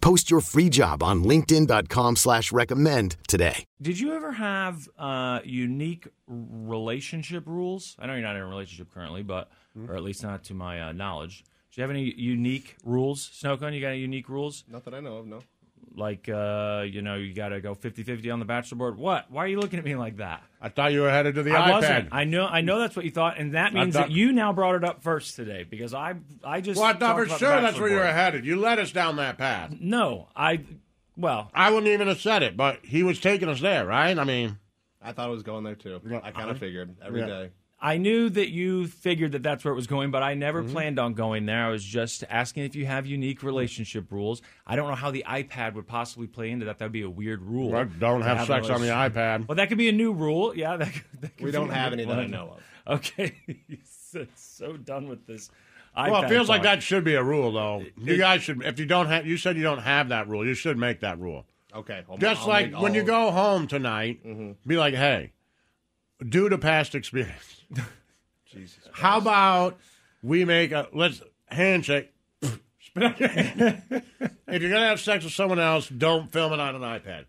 Post your free job on linkedin.com/recommend slash recommend today. Did you ever have uh, unique relationship rules? I know you're not in a relationship currently, but or at least not to my uh, knowledge. Do you have any unique rules, Snowcone? You got any unique rules? Not that I know of, no. Like, uh, you know, you got to go 50-50 on the bachelor board. What? Why are you looking at me like that? I thought you were headed to the I iPad. wasn't. I know. I know that's what you thought, and that means thought- that you now brought it up first today because I, I just. well, I talked thought for about the sure that's bachelor where you were board. headed. You led us down that path. No, I. Well, I wouldn't even have said it, but he was taking us there, right? I mean, I thought it was going there too. I kind of figured every Yeah. day. I knew that you figured that that's where it was going, but I never Mm-hmm. planned on going there. I was just asking if you have unique relationship rules. I don't know how the iPad would possibly play into that. That would be a weird rule. I don't to have a sex on the relationship- iPad. Well, that could be a new rule. Yeah, that could, that could We be don't a have new any that I one. know Okay, so, so done with this. IPad Well, it feels like talk. that should be a rule, though. You guys should, if you don't have, you said you don't have that rule. You should make that rule. Okay. I'll- Just I'll like make when you all- go home tonight, Mm-hmm. be like, hey, due to past experience, how about we make a let's handshake? Spit out your hand. if you're gonna have sex with someone else, don't film it on an iPad.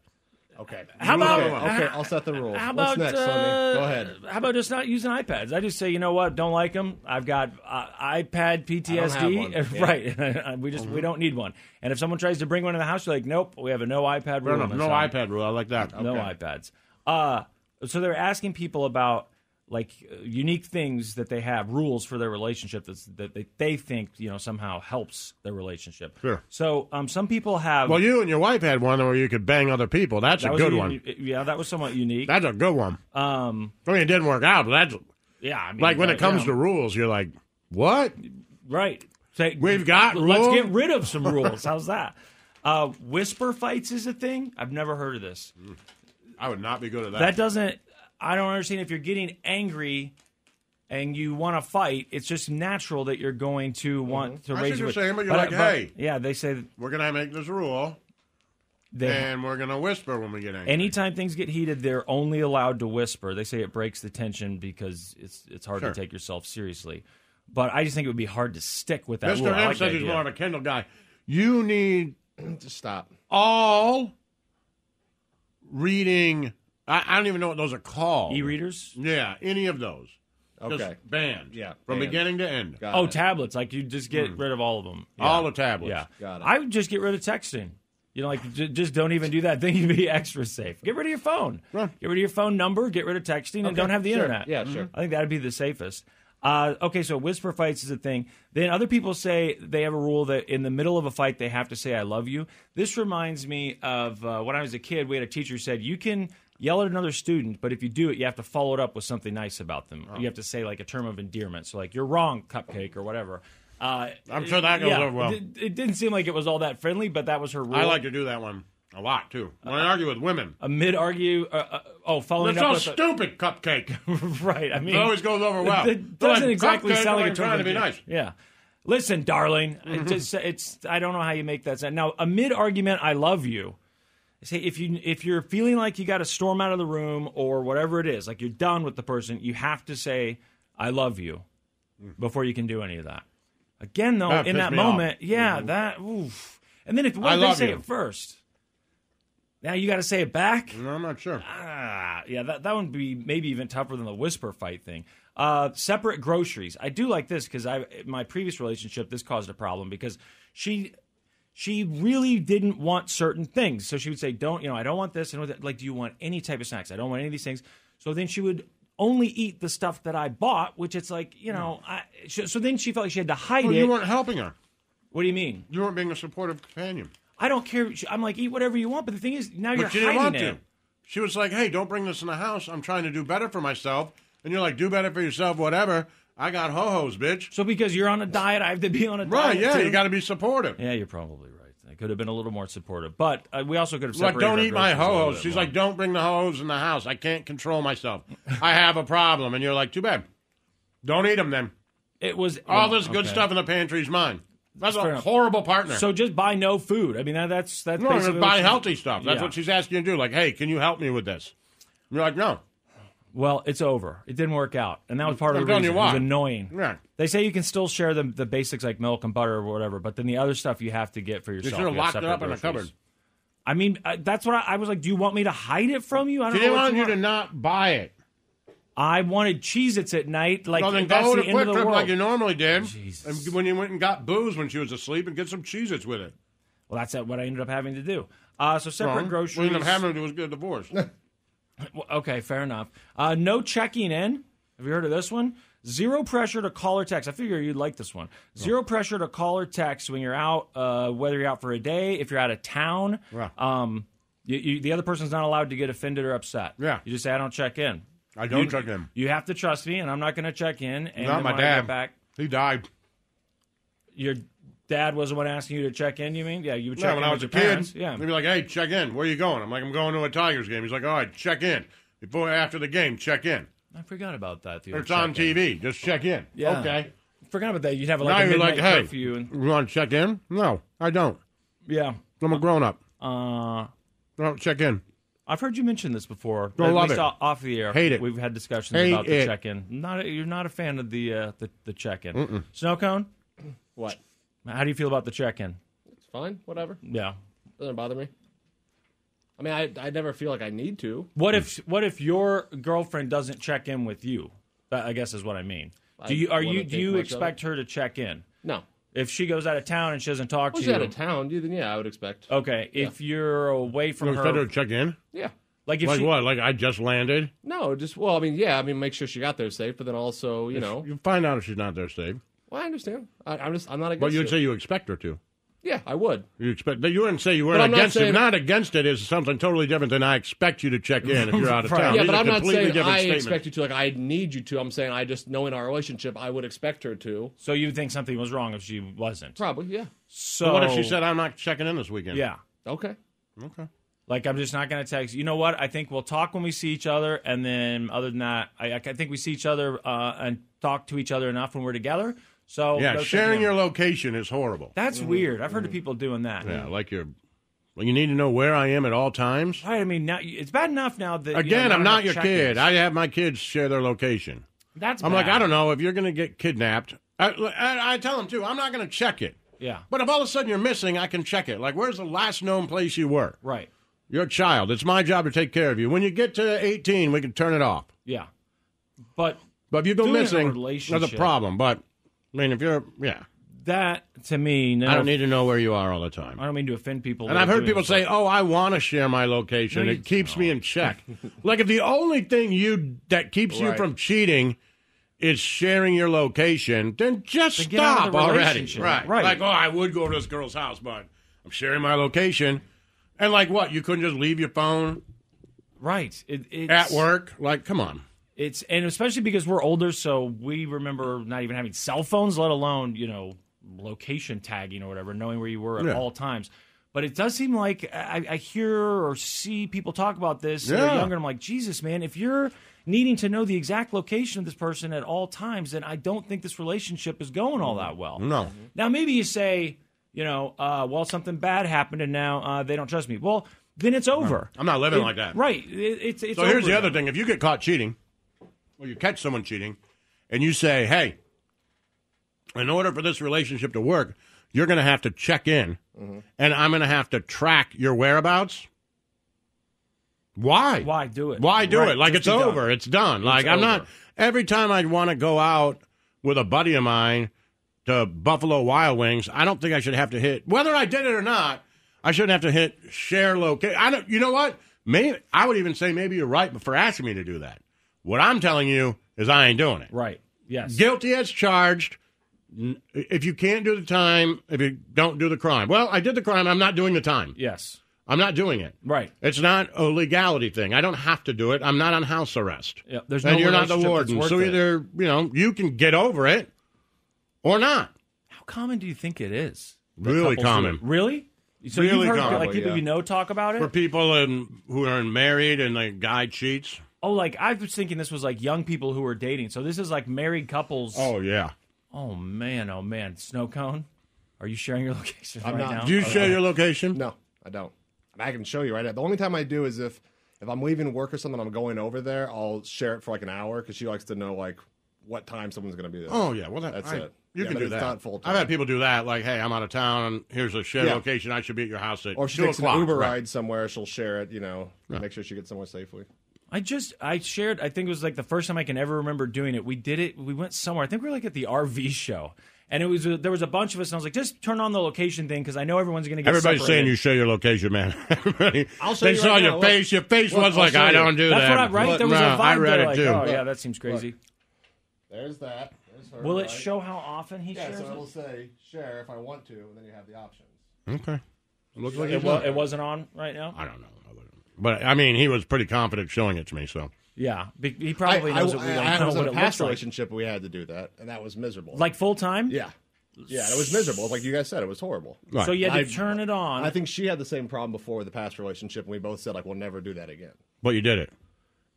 Okay. How Rule about- number one. Okay, I'll set the rule. How What's about next, uh, Sonny? Go ahead. How about just not using iPads? I just say, you know what, don't like them. I've got uh, iPad I don't have PTSD, one. right? we just Mm-hmm. we don't need one. And if someone tries to bring one in the house, you're like, nope, we have a no iPad No, rule. no, in this no house. iPad rule. I like that. no Okay. iPads. Uh so they're asking people about like uh, unique things that they have rules for their relationship that's, that they, they think you know somehow helps their relationship. Sure. So um, some people have Well, you and your wife had one where you could bang other people. That's that a was good uni- one. Yeah, that was somewhat unique. That's a good one. um, I mean, it didn't work out, but that's yeah, I mean, like when uh, it comes yeah. to rules, you're like, what? Right. Say, We've got Let's rules. get rid of some rules. How's that? Uh, whisper fights is a thing. I've never heard of this. I would not be good at That doesn't. I don't understand if you're getting angry and you want to fight. It's just natural that you're going to want to Mm-hmm. raise. I see what your you're voice. saying, but you're like, hey. yeah, they say that We're gonna make this rule, they. and we're gonna whisper when we get angry. Anytime things get heated, they're only allowed to whisper. They say it breaks the tension because it's it's hard Sure. to take yourself seriously. But I just think it would be hard to stick with that. Mr. rule. I M like the said he's idea. more of a Kindle guy. You need Just stop. all reading. I, I don't even know what those are called. e-readers. Yeah, any of those. Okay. Just banned. Yeah, From banned. beginning to end. Got Oh, it. Hmm. tablets. Like you just get rid of all of them. All the tablets. Yeah. Got it. I would just get rid of texting. You know, like j- just don't even do that thing. You'd be extra safe. Get rid of your phone. Right. Get rid of your phone number. Get rid of texting and don't have the sure. internet. Yeah, sure. I think that'd be the safest. Uh, okay, so whisper fights is a thing. Then other people say they have a rule that in the middle of a fight they have to say "I love you." This reminds me of uh, when I was a kid. We had a teacher who said you can yell at another student, but if you do it, you have to follow it up with something nice about them. Oh. You have to say like a term of endearment, so like "You're wrong, cupcake" or whatever. Uh, I'm sure that goes over well. It, it didn't seem like it was all that friendly, but that was her rule. I like to do that one a lot too. When I argue with women, a mid argue. Uh, uh, oh, following it's up all with a- stupid. Cupcake. right. I mean, It always goes over well. It They're doesn't like, exactly "Cupcake, sound I'm like a term trying to of be endearment. nice. Mm-hmm. Yeah. Listen, darling. It just, it's I don't know how you make that sound. Now, a mid argument, I love you. Say if you if you're feeling like you got to storm out of the room or whatever it is, like you're done with the person, you have to say I love you before you can do any of that. Again, though, Mm. That in pissed that me off. Mm-hmm. moment, yeah, that oof. And then if I what if they love say you. it first, now you got to say it back. No, I'm not sure. Ah, yeah, that, that would be maybe even tougher than the whisper fight thing. Uh, separate groceries. I do like this because I in my previous relationship this caused a problem because she she really didn't want certain things. So she would say, "Don't you know? I don't want this. I don't want that. Like, do you want any type of snacks? I don't want any of these things." So then she would only eat the stuff that I bought, which it's like you know. I, so so then she felt like she had to hide Well, it. Oh, you weren't helping her. what do you mean? You weren't being a supportive companion. I don't care. She- I'm like, eat whatever you want. But the thing is, now you're but she didn't hiding want it. to. She was like, "Hey, don't bring this in the house. I'm trying to do better for myself." And you're like, "Do better for yourself, whatever." I got ho hos, bitch. So because you're on a diet, I have to be on a Right? diet. Yeah, too? you got to be supportive. Yeah, you're probably right. I could have been a little more supportive, but uh, we also could have Like, separated. don't our eat my groceries a little ho hos. bit She's more. like, "Don't bring the ho hos in the house. I can't control myself. I have a problem." And you're like, "Too bad. Don't eat them then. it was All well, this good Oh, okay. stuff in the pantry is mine." That's Fair a enough. horrible partner. So just buy no food. I mean, that, that's that's No, basically just what buy she- healthy stuff. That's Yeah. what she's asking you to do. Like, hey, can you help me with this? And you're like, no. Well, it's over. It didn't work out, and that was part I'm of the telling you reason. It was why. annoying. Yeah. They say you can still share the the basics like milk and butter or whatever, but then the other stuff you have to get for You yourself. should have have locked it separate up in a groceries. cupboard. I mean, I, that's what I, I was like. Do you want me to hide it from you? I don't She know. didn't what want you want. to not buy it. I wanted Cheez-Its at night. Like Well, then that's go the to end of Quick the Trip world. like you normally did. Jesus. And when you went and got booze when she was asleep and get some Cheez Its with it. Well, that's what I ended up having to do. Uh, so separate Wrong. groceries. What you ended up having to do was get a divorce. Well, Okay, fair enough. Uh, no checking in. Have you heard of this one? Zero pressure to call or text. I figure you'd like this one. Zero pressure to call or text when you're out, uh, whether you're out for a day, if you're out of town. Yeah. Um, you, you, the other person's not allowed to get offended or upset. Yeah. You just say, I don't check in. I don't check in. Um, You have to trust me, and I'm not going to check in. And not then my when I dad. get back, He died. your dad was the one asking you to check in, you mean? Yeah, you would check Yeah, in when I with was a your kid, parents. Yeah. they'd be like, hey, check in. Where you going? I'm like, I'm going to a Tigers game. He's like, all right, check in. Before after the game, check in. I forgot about that. the old It's on check-in. TV. Just check in. Yeah. Okay. Forgot about that. You'd have like now a you're midnight like, hey, curfew. And, you want to check in? No, I don't. yeah. I'm a grown up. Uh, I don't check in. I've heard you mention this before. Don't at love least it. o- off the air. Hate it. We've had discussions Hate about the it. check-in. Not you're not a fan of the uh, the, the check-in. Snow cone. What? How do you feel about the check-in? It's fine. Whatever. Yeah. Doesn't bother me. I mean, I I never feel like I need to. What if what if your girlfriend doesn't check in with you? That, I guess is what I mean. Do I you are you wouldn't do think you much of expect her to check in No. if she goes out of town and she doesn't If talk to she's you? Oh. out of town, then yeah, I would expect. Okay, if you're away from You her, said to check in? Yeah. like if like she, what? Like I just landed? No, just well, I mean, yeah, I mean, make sure she got there safe, but then also, you know, You find out if she's not there, Steve. well, I understand. I, I'm just, I'm not against But you'd it. say you expect her to. yeah, I would. You expect you wouldn't say you But weren't I'm not against it. saying- Not against it is something totally different than I expect you to check in if you're out of Right. town. Yeah, These but are I'm not completely saying different I statements. expect you to. Like, I need you to. I'm saying I just know in our relationship, I would expect her to. so you think something was wrong if she wasn't. Probably, yeah. So What if she said I'm not checking in this weekend? yeah? Okay. Okay. Like I'm just not going to text. You know what? I think we'll talk when we see each other, and then other than that, I, I think we see each other uh, and talk to each other enough when we're together. Oh, So Yeah, no sharing checking your in. location is horrible. that's weird. I've heard of people doing that. Mm-hmm. Yeah, like your well, you need to know where I am at all times. Right, I mean, now it's bad enough now that you know, Again, I'm not enough your check-ins. kid. I have my kids share their location. that's I'm like, bad. I don't know if you're going to get kidnapped. I, I, I tell them too. I'm not going to check it. Yeah. But if all of a sudden you're missing, I can check it. Like, where's the last known place you were? Right. You're a child. It's my job to take care of you. When you get to 18, we can turn it off. Yeah. But But if you go Doing it in a missing, that's relationship. a problem. But I mean, if you're, yeah, that to me, no, I don't need to know where you are all the time. I don't mean to offend people. And that I've are heard doing people this, say, but- "Oh, I want to share my location. No, you it keeps me in check." like if the only thing you that keeps you Right. from cheating is sharing your location, then just Then get out of stop the already. relationship. Right. Right. Like, "Oh, I would go to this girl's house, but I'm sharing my location." And like what? You couldn't just leave your phone right it, it's, at work? Like, come on. It's and especially because we're older, so we remember not even having cell phones, let alone you know location tagging or whatever, knowing where you were at Yeah. all times. But it does seem like I, I hear or see people talk about this. Yeah. Yeah. They're younger. And I'm like, Jesus, man, if you're needing to know the exact location of this person at all times, then I don't think this relationship is going all that well. No. Now, maybe you say, you know, uh, well, something bad happened and now uh, they don't trust me. Well, then it's over. I'm not living like that. Right. It, it's, it's So here's over the now. other thing: if you get caught cheating, or you catch someone cheating, and you say, "Hey, in order for this relationship to work, you're going to have to check in, and I'm going to have to track your whereabouts." Why? Why do it? Why do Right, it? Like just it's be done. over. It's done. Like I'm not. over. Every time I want to go out with a buddy of mine, to Buffalo Wild Wings, I don't think I should have to hit whether I did it or not. I shouldn't have to hit share locate. I don't. You know what? Maybe I would even say maybe you're right, but for asking me to do that, what I'm telling you is I ain't doing it. Right. Yes. Guilty as charged. N- If you can't do the time, if you don't do the crime, well, I did the crime. I'm not doing the time. yes. I'm not doing it. Right. It's not a legality thing. I don't have to do it. I'm not on house arrest. Yeah, there's and no you're not the relationship that's warden. worth So it. either, you know, you can get over it or not. How common do you think it is? that Really couples do common. it? Really? So Really you've heard common, like people yeah. you know talk about it? For people in, who are married and the guy cheats. oh, like I was thinking this was like young people who are dating. So this is like married couples. yeah. Oh, man, oh man, snow cone. Are you sharing your location I'm right not. now? Do you share your location? No, I don't. And I can show you right now. The only time I do is if if I'm leaving work or something, I'm going over there. I'll share it for like an hour because she likes to know like what time someone's going to be there. Oh yeah, well that, That's I- it. You Yeah, can but do it's that. not full I've had time. people do that. Like, hey, I'm out of town. and Here's a shared Yeah. location. I should be at your house at Or if she two takes o'clock. an Uber Right. ride somewhere, she'll share it. You know, make sure she gets somewhere safely. I just I shared. I think it was like the first time I can ever remember doing it. We did it. We went somewhere. I think we were like at the RV show, and it was there was a bunch of us, and I was like, just turn on the location thing because I know everyone's going to get. Everybody's saying separated. you share your location, man. Everybody, I'll show they you saw right your now. Look. face. Your face Look, was I'll like, show I you. don't do That's that. what I right. Look, there was no, a vibe I read there, it like, too. oh yeah, that seems crazy. There's that. There's her. Will it right? show how often he Yeah, shares? so it'll it? say share if I want to, and then you have the options. Okay. Looks like It, wa- it wasn't on right now. I don't know. I wouldn't- But I mean, he was pretty confident showing it to me. So Yeah, Be- he probably I, knows I, that we don't I, I know was in what a it looks past like. relationship. We had to do that, and that was miserable. Like full time. yeah, yeah, it was miserable. Like you guys said, it was horrible. Right. So you had to I- turn it on. I think she had the same problem before with the past relationship, and we both said like we'll never do that again. but you did it.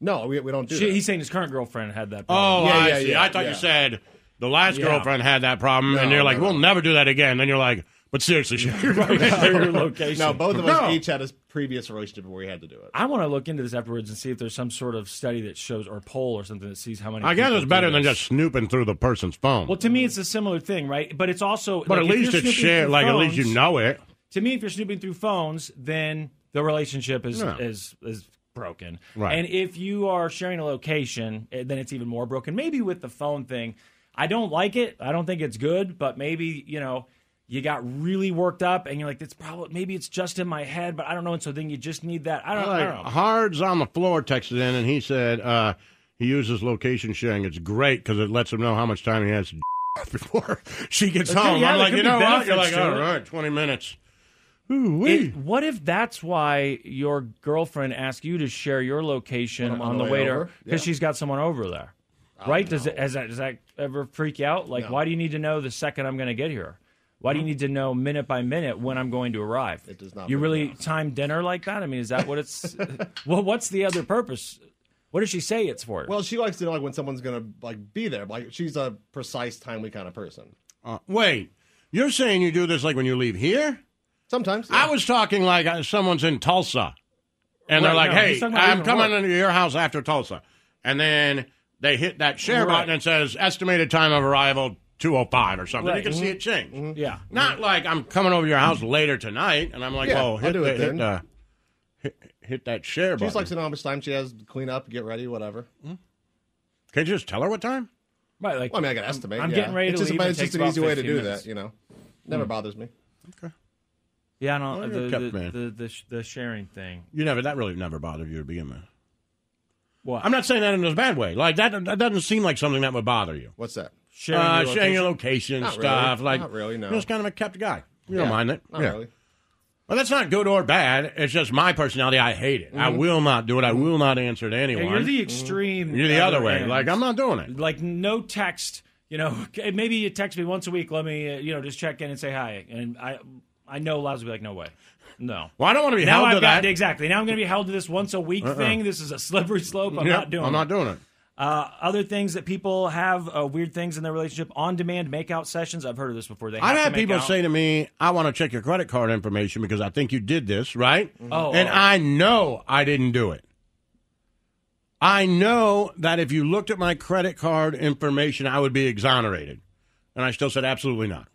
No, we, we don't do She- that. he's saying his current girlfriend had that. Problem. Oh, Yeah, I yeah, see. yeah, I thought yeah. you said the last Yeah. girlfriend had that problem, and No, you're like, no, we'll no. never do that again. Then you're like, but seriously, you're right. Your location. no, both of us No. each had a previous relationship where we had to do it. I want to look into this afterwards and see if there's some sort of study that shows or poll or something that sees how many. I guess people it's do better than this. just snooping through the person's phone. Well, to me, it's a similar thing, right? But it's also. but like, at if least you're it's snooping shared. through Like at least you phones- know it. To me, if you're snooping through phones, then the relationship is No. is is broken. Right. And if you are sharing a location, eh, then it's even more broken. Maybe with the phone thing, I don't like it. I don't think it's good. But maybe you know. You got really worked up, and you're like, "That's probably maybe it's just in my head, but I don't know." And so then you just need that. I don't, I don't know. Like, Hard's on the floor texted in, and he said uh, he uses location sharing. It's great because it lets him know how much time he has to before she gets Okay, home. yeah, I'm there like, could you be know what? You're like, benefits to all it. right, 20 minutes. Ooh, It- Hmm. what if that's why your girlfriend asked you to share your location When I'm on, the way, to over? because she's got someone over there, right? Does it, has that, does that ever freak you out? Like, why do you need to know the second I'm going to get here? Why do you need to know minute by minute when I'm going to arrive? It does not You freak me really time dinner like that? I mean, is that what it's? well, what's the other purpose? What does she say it's for? Well, she likes to know like when someone's gonna like be there. Like she's a precise, timely kind of person. Uh, wait, you're saying you do this like when you leave here? Sometimes yeah. I was talking like uh, someone's in Tulsa, and they're Right, like, no, "Hey, he's talking about I'm leaving coming work. into your house after Tulsa," and then they hit that share Right. button and it says estimated time of arrival 2:05 or something. You Right, Mm-hmm. can see it change. yeah. Not like I'm coming over to your house later tonight, and I'm like, Yeah, "Well, I'll hit do the- hit it then." the- hit- hit that share she just button." likes to know how much time she has to clean up, get ready, whatever. Can you just tell her what time? Right. Like, Well, I mean, I gotta estimate. I'm yeah. getting ready it's to just, leave. but It it's just takes an about easy way to 15 do minutes. Hmm. that. You know, never bothers me. Yeah. I don't- Oh, Well, you're a the, kept the, man. the, the, sh- the sharing thing. You never that really never bothered you to begin with. What? I'm not saying that in a bad way. Like that, that doesn't seem like something that would bother you. What's that? sharing. uh, your sharing your location. location Not really. stuff. Like, Not really, no. You're just kind of a kept guy. You don't Yeah, mind it. Not yeah. really. Well, that's not good or bad. It's just my personality. I hate it. I will not do it. I will not answer to Yeah, anyone. you're the extreme. You're the other way. end. Like, I'm not doing it. like no text. You know, Okay, maybe you text me once a week. Let me, uh, you know, just check in and say hi. And I, I know Laz will be like, no way, no. Well, I don't want to be now held I've to got that. Uh-uh. exactly. Now I'm going to be held to this once a week thing. This is a slippery slope. I'm Yep, not doing. I'm it. not doing it. Uh, other things that people have uh, weird things in their relationship on demand makeout sessions. I've heard of this before. They have I've to had make people out. say to me, I want to check your credit card information because I think you did this, right? Oh, and oh. I know I didn't do it. I know that if you looked at my credit card information, I would be exonerated. And I still said, absolutely not.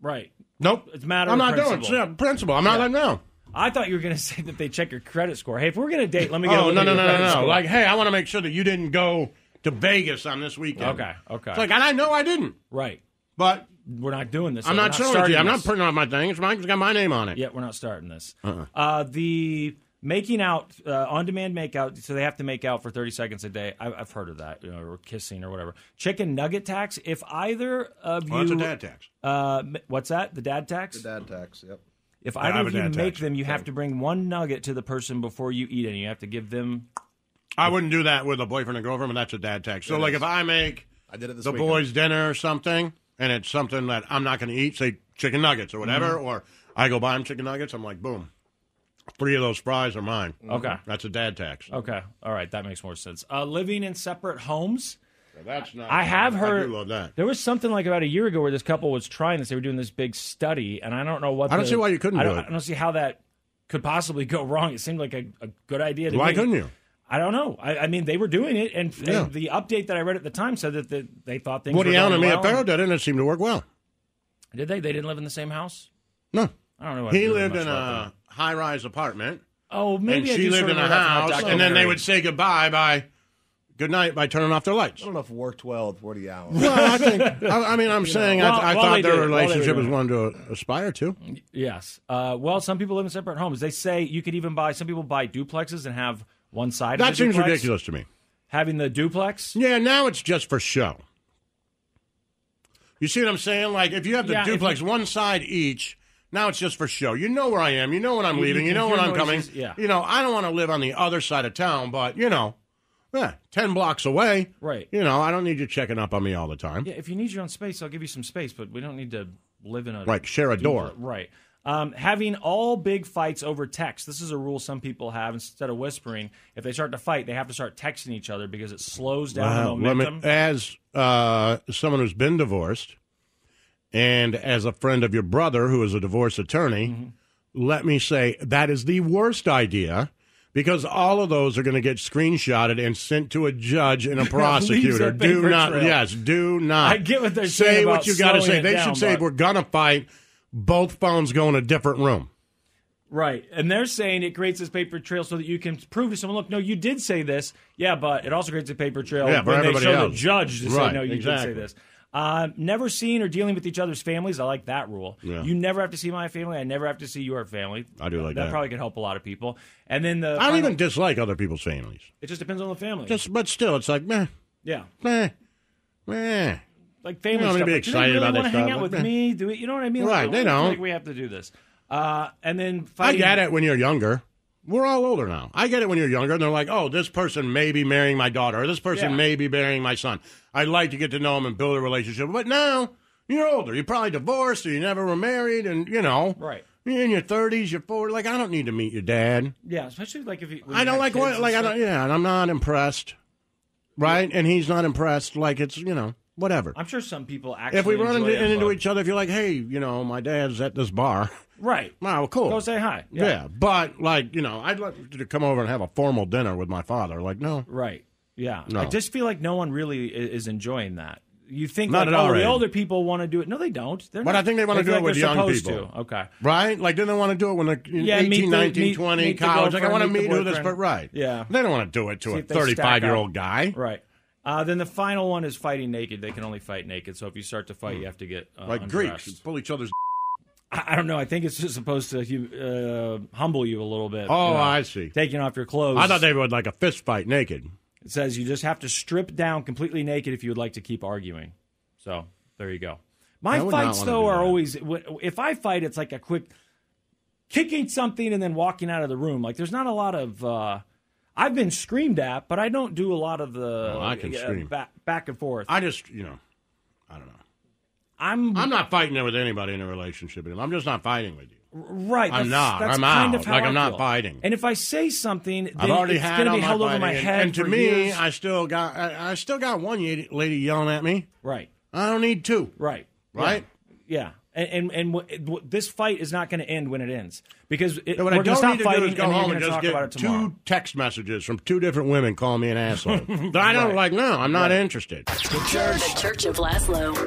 right. Nope. It's a matter I'm of not doing it. principle. Yeah, principle. I'm not letting know. I thought you were going to say that they check your credit score. Hey, if we're going to date, let me get. Oh a no no no no no! Score. Like, hey, I want to make sure that you didn't go to Vegas on this weekend. Okay, okay. It's like, and I know I didn't, right. but we're not doing this. I'm We're not showing it to starting you. I'm not this. putting it on my thing. It's mine. It's got my name on it. Yeah, we're not starting this. Uh-uh. uh the making out, uh, on demand make out, so they have to make out for 30 seconds a day. I, I've heard of that, you know, or kissing or whatever. Chicken nugget tax. If either of Well, you. that's a dad tax. Uh, m- what's that? The dad tax? Dad tax. Yep. If I either have of a you dad make tax. them, you have to bring one nugget to the person before you eat it. And you have to give them. I wouldn't do that with a boyfriend and girlfriend, but that's a dad tax. So, It like, is. if I make I did it this the weekend. boys' dinner or something, and it's something that I'm not going to eat, say chicken nuggets or whatever, or I go buy them chicken nuggets, I'm like, boom, three of those fries are mine. Mm-hmm. Okay. That's a dad tax. Okay. All right. That makes more sense. Uh, living in separate homes. So that's not. I have heard. I do love that. There was something like about a year ago where this couple was trying this. They were doing this big study, and I don't know what. I don't the- see why you couldn't I do don't, it. I don't see how that could possibly go wrong. It seemed like a, a good idea. To Why me. couldn't you? I don't know. I, I mean, they were doing it, and, and Yeah. the update that I read at the time said that the, they thought things. Woody were Allen going and Mia well. Farrow did it, and it seemed to work well. Did they? They didn't live in the same house. No. I don't know. He lived in a high rise apartment, Oh, maybe and I she do lived sort of in a remember that from house, that and then they documentary. would say goodbye by good night by turning off their lights. I don't know if it worked well with Woody Allen. Well, I think. I, I mean, I'm saying While- I, I while they do thought their it, while they relationship do is it. one to aspire to. Yes. Uh, well, some people live in separate homes. They say you could even buy. Some people buy duplexes and have one side. of That the seems duplex. ridiculous to me. Having the duplex. Yeah, now it's just for show. You see what I'm saying? Like, if you have the Yeah, if duplex, one side each. Now it's just for show. You know where I am. You know when I'm You- you leaving. You, can know when hear I'm coming. noises, yeah. You know I don't want to live on the other side of town, but you know, eh, ten blocks away. Right. You know I don't need you checking up on me all the time. Yeah, if you need your own space, I'll give you some space, but we don't need to live in a Like share a door. Right. Um, having all big fights over text. This is a rule some people have. Instead of whispering, if they start to fight, they have to start texting each other because it slows down Wow. the Let me- momentum. as uh, someone who's been divorced, and as a friend of your brother who is a divorce attorney, Mm-hmm. let me say that is the worst idea because all of those are going to get screenshotted and sent to a judge and a prosecutor. that do paper not, trail. yes, do not. I get what they're say saying what about you gotta slowing say. it They down, should say but- we're gonna fight. Both phones go in a different room. Right. And they're saying it creates this paper trail so that you can prove to someone, look, no, you did say this. Yeah, but it also creates a paper trail Yeah, for when they everybody show else. the judge to Right, say, no, you did exactly. say this. Uh, never seeing or dealing with each other's families. I like that rule. Yeah. You never have to see my family. I never have to see your family. I do like that. That probably could help a lot of people. And then the I don't final- even dislike other people's families. it just depends on the family. Just, but still, it's like meh, yeah, meh, meh. like family You don't stuff. wanna be like, excited do they really want about to this hang stuff, out with like, me? Do we, you know what I mean? Right, Like, they I feel don't. Like we have to do this. Uh, and then I fighting, get it when you're younger. We're all older now. I get it when you're younger, and they're like, "Oh, this person may be marrying my daughter, or this person Yeah. may be marrying my son." I'd like to get to know them and build a relationship. But now you're older. You're probably divorced, or you never were married, and you know, Right. You're in your 30s, your 40s. Like, I don't need to meet your dad. Yeah, especially like if you, when I you don't have like kids what. and Like, I stuff. don't. Yeah, and I'm not impressed. Right, and he's not impressed. Like, it's you know, whatever. I'm sure some people actually if we run enjoy into, it, into but- each other, if you're like, "Hey, you know, my dad's at this bar," right? wow, well, cool. Go say hi. Yeah. but like you know, I'd like you to come over and have a formal dinner with my father. Like, no, Right. Yeah. No. I just feel like no one really i- is enjoying that. You think Not like, at our oh, the age. older people want to do it. No, they don't. They're But not- I think they wanna feel do it like with they're young supposed people. To. Okay. right? Like, then they want to do it when they're you know, Yeah, meet 18, the- 19, meet- 20, meet the college. Like, I girlfriend, want to meet the meet who this, but boyfriend. right? Yeah. they don't want to do it to See a if they stack thirty-five-year-old up. guy, Right. Uh, then the final one is fighting naked. They can only fight naked. So if you start to fight, you have to get uh, Hmm. like undressed. Greeks who pull each other's. I, I don't know. I think it's just supposed to hu- uh, humble you a little bit. Oh, you know, I see. Taking off your clothes. I thought they would like a fist fight naked. It says you just have to strip down completely naked if you would like to keep arguing. So there you go. I My would not fights wanna though do are that. always wh- if I fight, it's like a quick kicking something and then walking out of the room. Like there's not a lot of. Uh, I've been screamed at, but I don't do a lot of the Oh, I can uh, scream. back, back and forth. I just, you know, I don't know. I'm, I'm not fighting with anybody in a relationship. I'm just not fighting with you. right. I'm that's- not. That's I'm kind out. Of how Like, I I'm not feel. fighting. And if I say something, then I've already it's going had to all be my held over my fighting, head. and, and to for me, years. I still got, I, I still got one ye- lady yelling at me. right, I don't need two, right, right? Yeah, and and, and w- w- this fight is not going to end when it ends because it, Yeah, we're what I going to don't stop need to fighting do is go and then home you're and gonna just talk about get it tomorrow. two text messages from two different women calling me an asshole. that I don't like. No, I'm not interested. The Church of Laszlo.